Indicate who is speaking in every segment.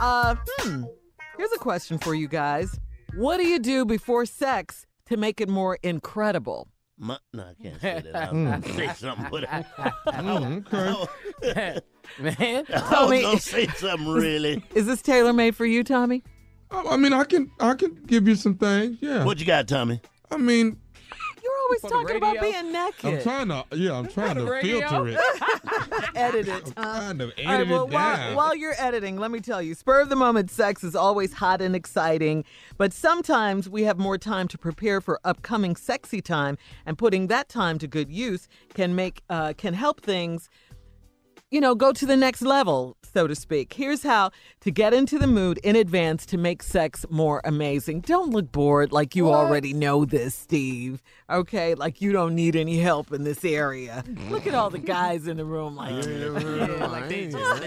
Speaker 1: Uh, hmm. Here's a question for you guys. What do you do before sex to make it more incredible?
Speaker 2: My, no, I can't say that. I
Speaker 3: Hmm.
Speaker 2: was gonna say something, but I, I,
Speaker 1: Man,
Speaker 2: I
Speaker 1: tell
Speaker 2: was
Speaker 1: me,
Speaker 2: gonna say something really.
Speaker 1: is this tailor made for you, Tommy?
Speaker 3: Oh, I mean, I can I can give you some things. Yeah.
Speaker 2: What you got, Tommy?
Speaker 3: I mean,
Speaker 1: You're always talking about being
Speaker 3: I'm
Speaker 1: naked.
Speaker 3: trying to. Yeah, I'm trying to
Speaker 1: radio?
Speaker 3: filter it.
Speaker 1: Edit it.
Speaker 3: Kind of edit
Speaker 1: All right, well,
Speaker 3: it
Speaker 1: while,
Speaker 3: down.
Speaker 1: while you're editing, let me tell you, spur of the moment sex is always hot and exciting, but sometimes we have more time to prepare for upcoming sexy time, and putting that time to good use can make uh, can help things, you know, go to the next level, so to speak. Here's how to get into the mood in advance to make sex more amazing. Don't look bored, like you already know this, Steve. Okay, like you don't need any help in this area. look at all the guys in the room, like.
Speaker 4: like they just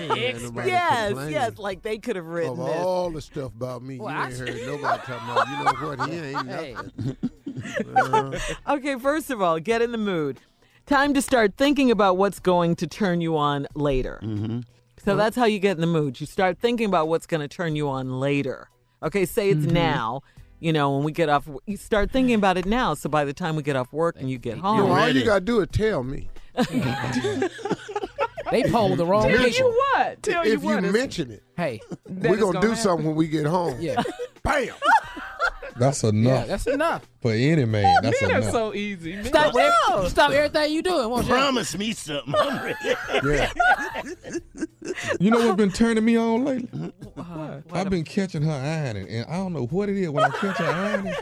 Speaker 1: Yes, yes, like they could have written
Speaker 4: Of
Speaker 1: this.
Speaker 4: all the stuff about me,
Speaker 1: Well,
Speaker 4: you
Speaker 1: I
Speaker 4: ain't heard nobody talking about. You know what? He ain't nothing. Uh,
Speaker 1: Okay, first of all, get in the mood. Time to start thinking about what's going to turn you on later.
Speaker 4: Mm-hmm.
Speaker 1: So that's how you get in the mood. You start thinking about what's going to turn you on later. Okay, say it's
Speaker 4: Mm-hmm.
Speaker 1: now. You know, when we get off, you start thinking about it now. So by the time we get off work and you get
Speaker 4: you know,
Speaker 1: home,
Speaker 4: all you gotta do is tell me.
Speaker 5: They polled the wrong people.
Speaker 1: what? Tell
Speaker 4: if you mention it,
Speaker 5: Hey,
Speaker 4: we're gonna do something when we get home.
Speaker 5: yeah,
Speaker 4: Bam.
Speaker 3: That's
Speaker 5: yeah,
Speaker 3: enough
Speaker 5: that's enough.
Speaker 3: for any man. That's enough.
Speaker 1: easy.
Speaker 5: Stop, ev- stop everything you doing, won't you?
Speaker 2: Promise me something. I'm ready.
Speaker 4: Yeah.
Speaker 3: you know what's been turning me on lately?
Speaker 2: Mm-hmm.
Speaker 3: I've been catching her ironing, and I don't know what it is when I catch her ironing.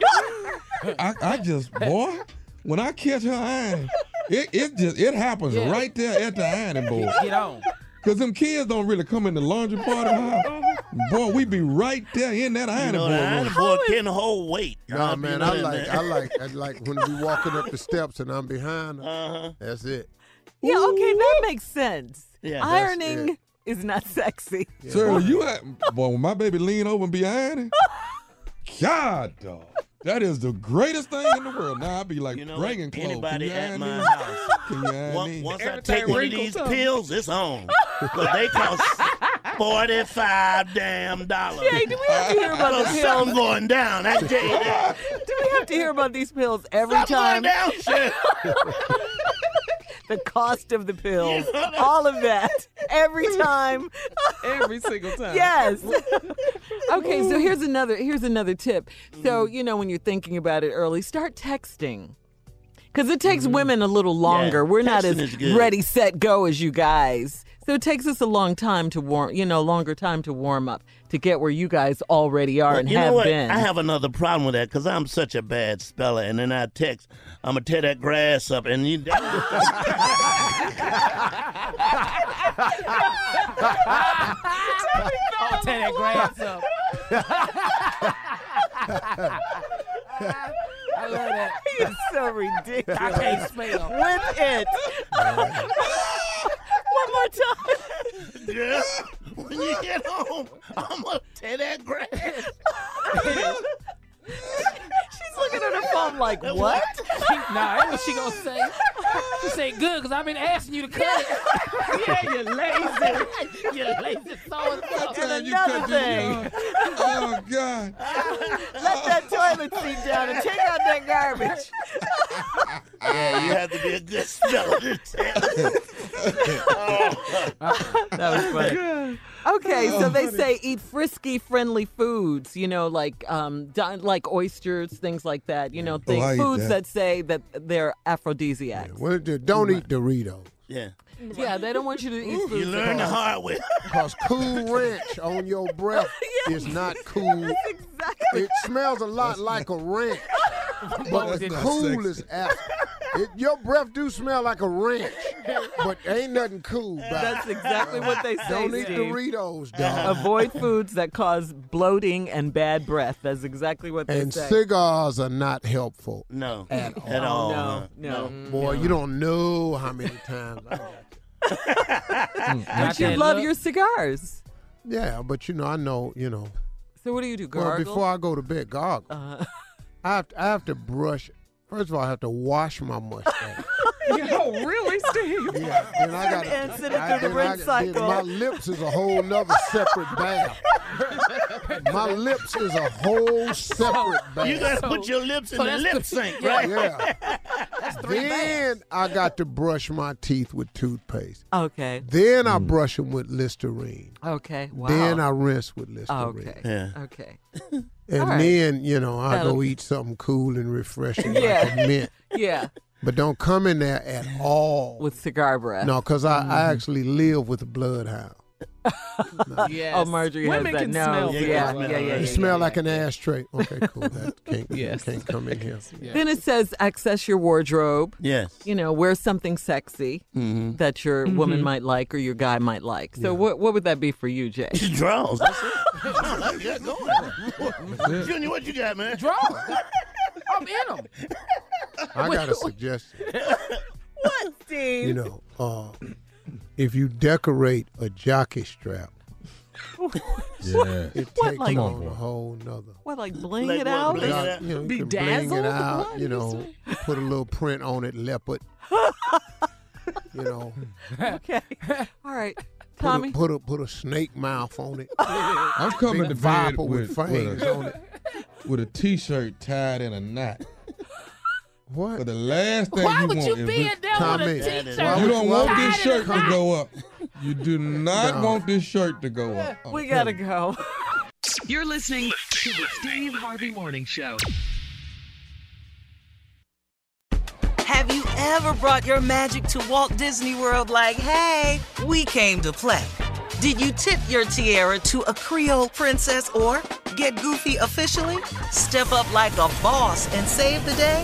Speaker 3: I, I just boy, when I catch her ironing, it, it just it happens right there at the ironing board.
Speaker 5: Get on.
Speaker 3: Cause them kids don't really come in the laundry part of the house. Boy, we be right there in that
Speaker 2: You
Speaker 3: ironing
Speaker 2: know,
Speaker 3: board.
Speaker 2: the
Speaker 3: room.
Speaker 2: iron boy can hold weight.
Speaker 4: Nah, man, I like, I
Speaker 2: I,
Speaker 4: like, I like when we walking up the steps and I'm behind her.
Speaker 2: uh-huh.
Speaker 4: That's it.
Speaker 1: Yeah, okay, that makes sense.
Speaker 2: Yeah, that's-
Speaker 1: Ironing
Speaker 4: yeah.
Speaker 1: is not sexy.
Speaker 3: Sir, you at, boy, when my baby lean over and be ironing, God, dog. That is the greatest thing in the world. Now I'd be like bringing clothes. Can
Speaker 2: anybody
Speaker 3: you
Speaker 2: at
Speaker 3: iron
Speaker 2: my
Speaker 3: these?
Speaker 2: house-
Speaker 3: Can you iron
Speaker 2: Once,
Speaker 3: these?
Speaker 2: once I take one of these pills, it's on. But they cost forty-five damn dollars.
Speaker 1: Jay, do we have to hear about the
Speaker 2: so
Speaker 1: pills?
Speaker 2: something going down. I tell you that.
Speaker 1: Do we have to hear about these pills every
Speaker 2: Something
Speaker 1: time?
Speaker 2: going down, shit.
Speaker 1: the cost of the pills, all of that, every time.
Speaker 6: Every single time.
Speaker 1: Yes. okay, so here's another here's another tip. So,
Speaker 2: Mm-hmm.
Speaker 1: you know when you're thinking about it early, start texting. Cuz it takes women a little longer. We're not
Speaker 2: Mm-hmm. texting
Speaker 1: as
Speaker 2: is good.
Speaker 1: ready set go as you guys. So it takes us a long time to warm, you know, longer time to warm up to get where you guys already are and
Speaker 2: you
Speaker 1: have
Speaker 2: know what?
Speaker 1: been.
Speaker 2: I have another problem with that because I'm such a bad speller, and then I text, "I'm gonna tear that grass up," and you.
Speaker 5: I'll tear that grass up. I love that.
Speaker 1: He is so ridiculous.
Speaker 5: I can't spell.
Speaker 1: With it. One more time.
Speaker 2: Yeah. When you get home, I'm gonna tear that grass.
Speaker 1: She's looking at her phone like, what?
Speaker 5: She, nah, that's what she gonna say. She say, good, because I've been asking you to cut it. yeah, you lazy. You lazy so and so.
Speaker 3: And another thing. Oh God.
Speaker 1: Let that toilet seat down and take out that garbage.
Speaker 2: yeah, you have to be a good speller to text.
Speaker 1: That was funny. Okay, so they say eat frisky, friendly foods. You know, like um, di- like oysters, things like that.
Speaker 2: Oh,
Speaker 1: You know, things,
Speaker 4: I eat
Speaker 1: foods
Speaker 4: that.
Speaker 1: that say that they're aphrodisiacs.
Speaker 4: Well, d- don't eat Doritos.
Speaker 2: Yeah.
Speaker 1: Yeah, they don't want you to eat foods.
Speaker 2: You learn the hard way.
Speaker 4: Because Cool Ranch on your breath is not cool. It smells a lot like a ranch, but
Speaker 3: That's
Speaker 4: the
Speaker 3: not
Speaker 4: cool
Speaker 3: sexy.
Speaker 4: is after. It, your breath do smell like a ranch, but ain't nothing cool about
Speaker 1: That's
Speaker 4: it.
Speaker 1: exactly what they say.
Speaker 4: Don't eat
Speaker 1: Steve.
Speaker 4: Doritos, dog.
Speaker 1: Avoid foods that cause bloating and bad breath. That's exactly what they
Speaker 4: And
Speaker 1: say.
Speaker 4: cigars are not helpful.
Speaker 2: No.
Speaker 4: At all.
Speaker 2: At all.
Speaker 1: No,
Speaker 4: No,
Speaker 1: no. Mm.
Speaker 4: boy, you don't know how many times. I-
Speaker 1: But you
Speaker 5: that
Speaker 1: love
Speaker 5: look.
Speaker 1: your cigars.
Speaker 4: yeah, but you know, I know, you know.
Speaker 1: So what do you do?
Speaker 4: Well,
Speaker 1: Gargle?
Speaker 4: before I go to bed, gargle. I, have to, I have to brush. First of all, I have to wash my mustache.
Speaker 6: Yo, really, Steve?
Speaker 4: yeah, then I got
Speaker 1: An incident through the rinse cycle.
Speaker 4: My lips is a whole nother separate bath. My lips is a whole separate bath.
Speaker 2: You gotta put your lips in
Speaker 5: So
Speaker 2: the
Speaker 5: that's
Speaker 2: lip
Speaker 5: the-
Speaker 2: sync,
Speaker 5: yeah.
Speaker 2: right?
Speaker 4: yeah. then I got to brush my teeth with toothpaste.
Speaker 1: okay.
Speaker 4: Then
Speaker 2: Hmm.
Speaker 4: I brush them with Listerine.
Speaker 1: Okay. Wow.
Speaker 4: Then I rinse with Listerine.
Speaker 1: Okay.
Speaker 2: Yeah.
Speaker 1: Okay.
Speaker 4: And
Speaker 1: right.
Speaker 4: then, you know, I
Speaker 1: That'll-
Speaker 4: go eat something cool and refreshing
Speaker 1: Yeah.
Speaker 4: like a mint.
Speaker 1: Yeah.
Speaker 4: But don't come in there at all.
Speaker 1: With cigar breath. Mm-hmm.
Speaker 4: no, because I, I actually live with a bloodhound.
Speaker 6: Yes.
Speaker 1: Oh, Marjorie
Speaker 6: Women
Speaker 1: has that
Speaker 6: can
Speaker 1: nose.
Speaker 6: smell
Speaker 2: Yeah,
Speaker 1: yeah,
Speaker 2: you can smell
Speaker 1: yeah, yeah, yeah,
Speaker 2: it.
Speaker 4: You
Speaker 1: yeah.
Speaker 4: smell like an ashtray. Okay, cool. That can't,
Speaker 6: Yes.
Speaker 4: can't come in here.
Speaker 1: Then it says access your wardrobe.
Speaker 2: Yes.
Speaker 1: You know, wear something sexy that your
Speaker 6: Mm-hmm.
Speaker 1: woman might like or your guy might like. So what what would that be for you, Jay?
Speaker 2: She draws. That's it. No, that's that's going. Junior, what you got, man?
Speaker 5: Draw. I'm in them.
Speaker 4: I got a suggestion.
Speaker 1: Steve.
Speaker 4: You know, uh, if you decorate a jockey strap,
Speaker 3: Yeah.
Speaker 4: it
Speaker 1: What,
Speaker 4: takes
Speaker 1: like-
Speaker 4: on a whole nother.
Speaker 1: What like bling
Speaker 2: Like what,
Speaker 1: it out?
Speaker 2: bling?
Speaker 4: Yeah,
Speaker 2: that-
Speaker 4: you know, you can
Speaker 6: Bedazzled?
Speaker 4: Bling it out,
Speaker 6: What?
Speaker 4: you know, put a little print on it, leopard. you know,
Speaker 1: Okay. All right.
Speaker 4: put a,
Speaker 1: Tommy.
Speaker 4: put a put a snake mouth on it.
Speaker 3: I'm coming to
Speaker 4: Big
Speaker 3: bed
Speaker 4: viper
Speaker 3: with,
Speaker 4: with
Speaker 3: with,
Speaker 4: fangs
Speaker 3: a,
Speaker 4: on it.
Speaker 3: with a t-shirt tied in a knot. But
Speaker 4: What?
Speaker 3: the last thing
Speaker 5: Why
Speaker 3: you
Speaker 5: would
Speaker 3: want
Speaker 5: you
Speaker 3: is
Speaker 5: be
Speaker 3: this-
Speaker 5: in there with a
Speaker 4: Tommy.
Speaker 5: t-shirt?
Speaker 4: Why
Speaker 3: You don't want
Speaker 4: Tied
Speaker 3: this
Speaker 5: in a
Speaker 3: shirt to
Speaker 5: knot.
Speaker 3: go up. You do not
Speaker 4: No.
Speaker 3: want this shirt to go up. I'm
Speaker 1: we gotta
Speaker 3: telling you.
Speaker 1: go.
Speaker 7: You're listening to the Steve Harvey Morning Show.
Speaker 8: Have you ever brought your magic to Walt Disney World like, hey, we came to play? Did you tip your tiara to a Creole princess or get goofy officially? Step up like a boss and save the day?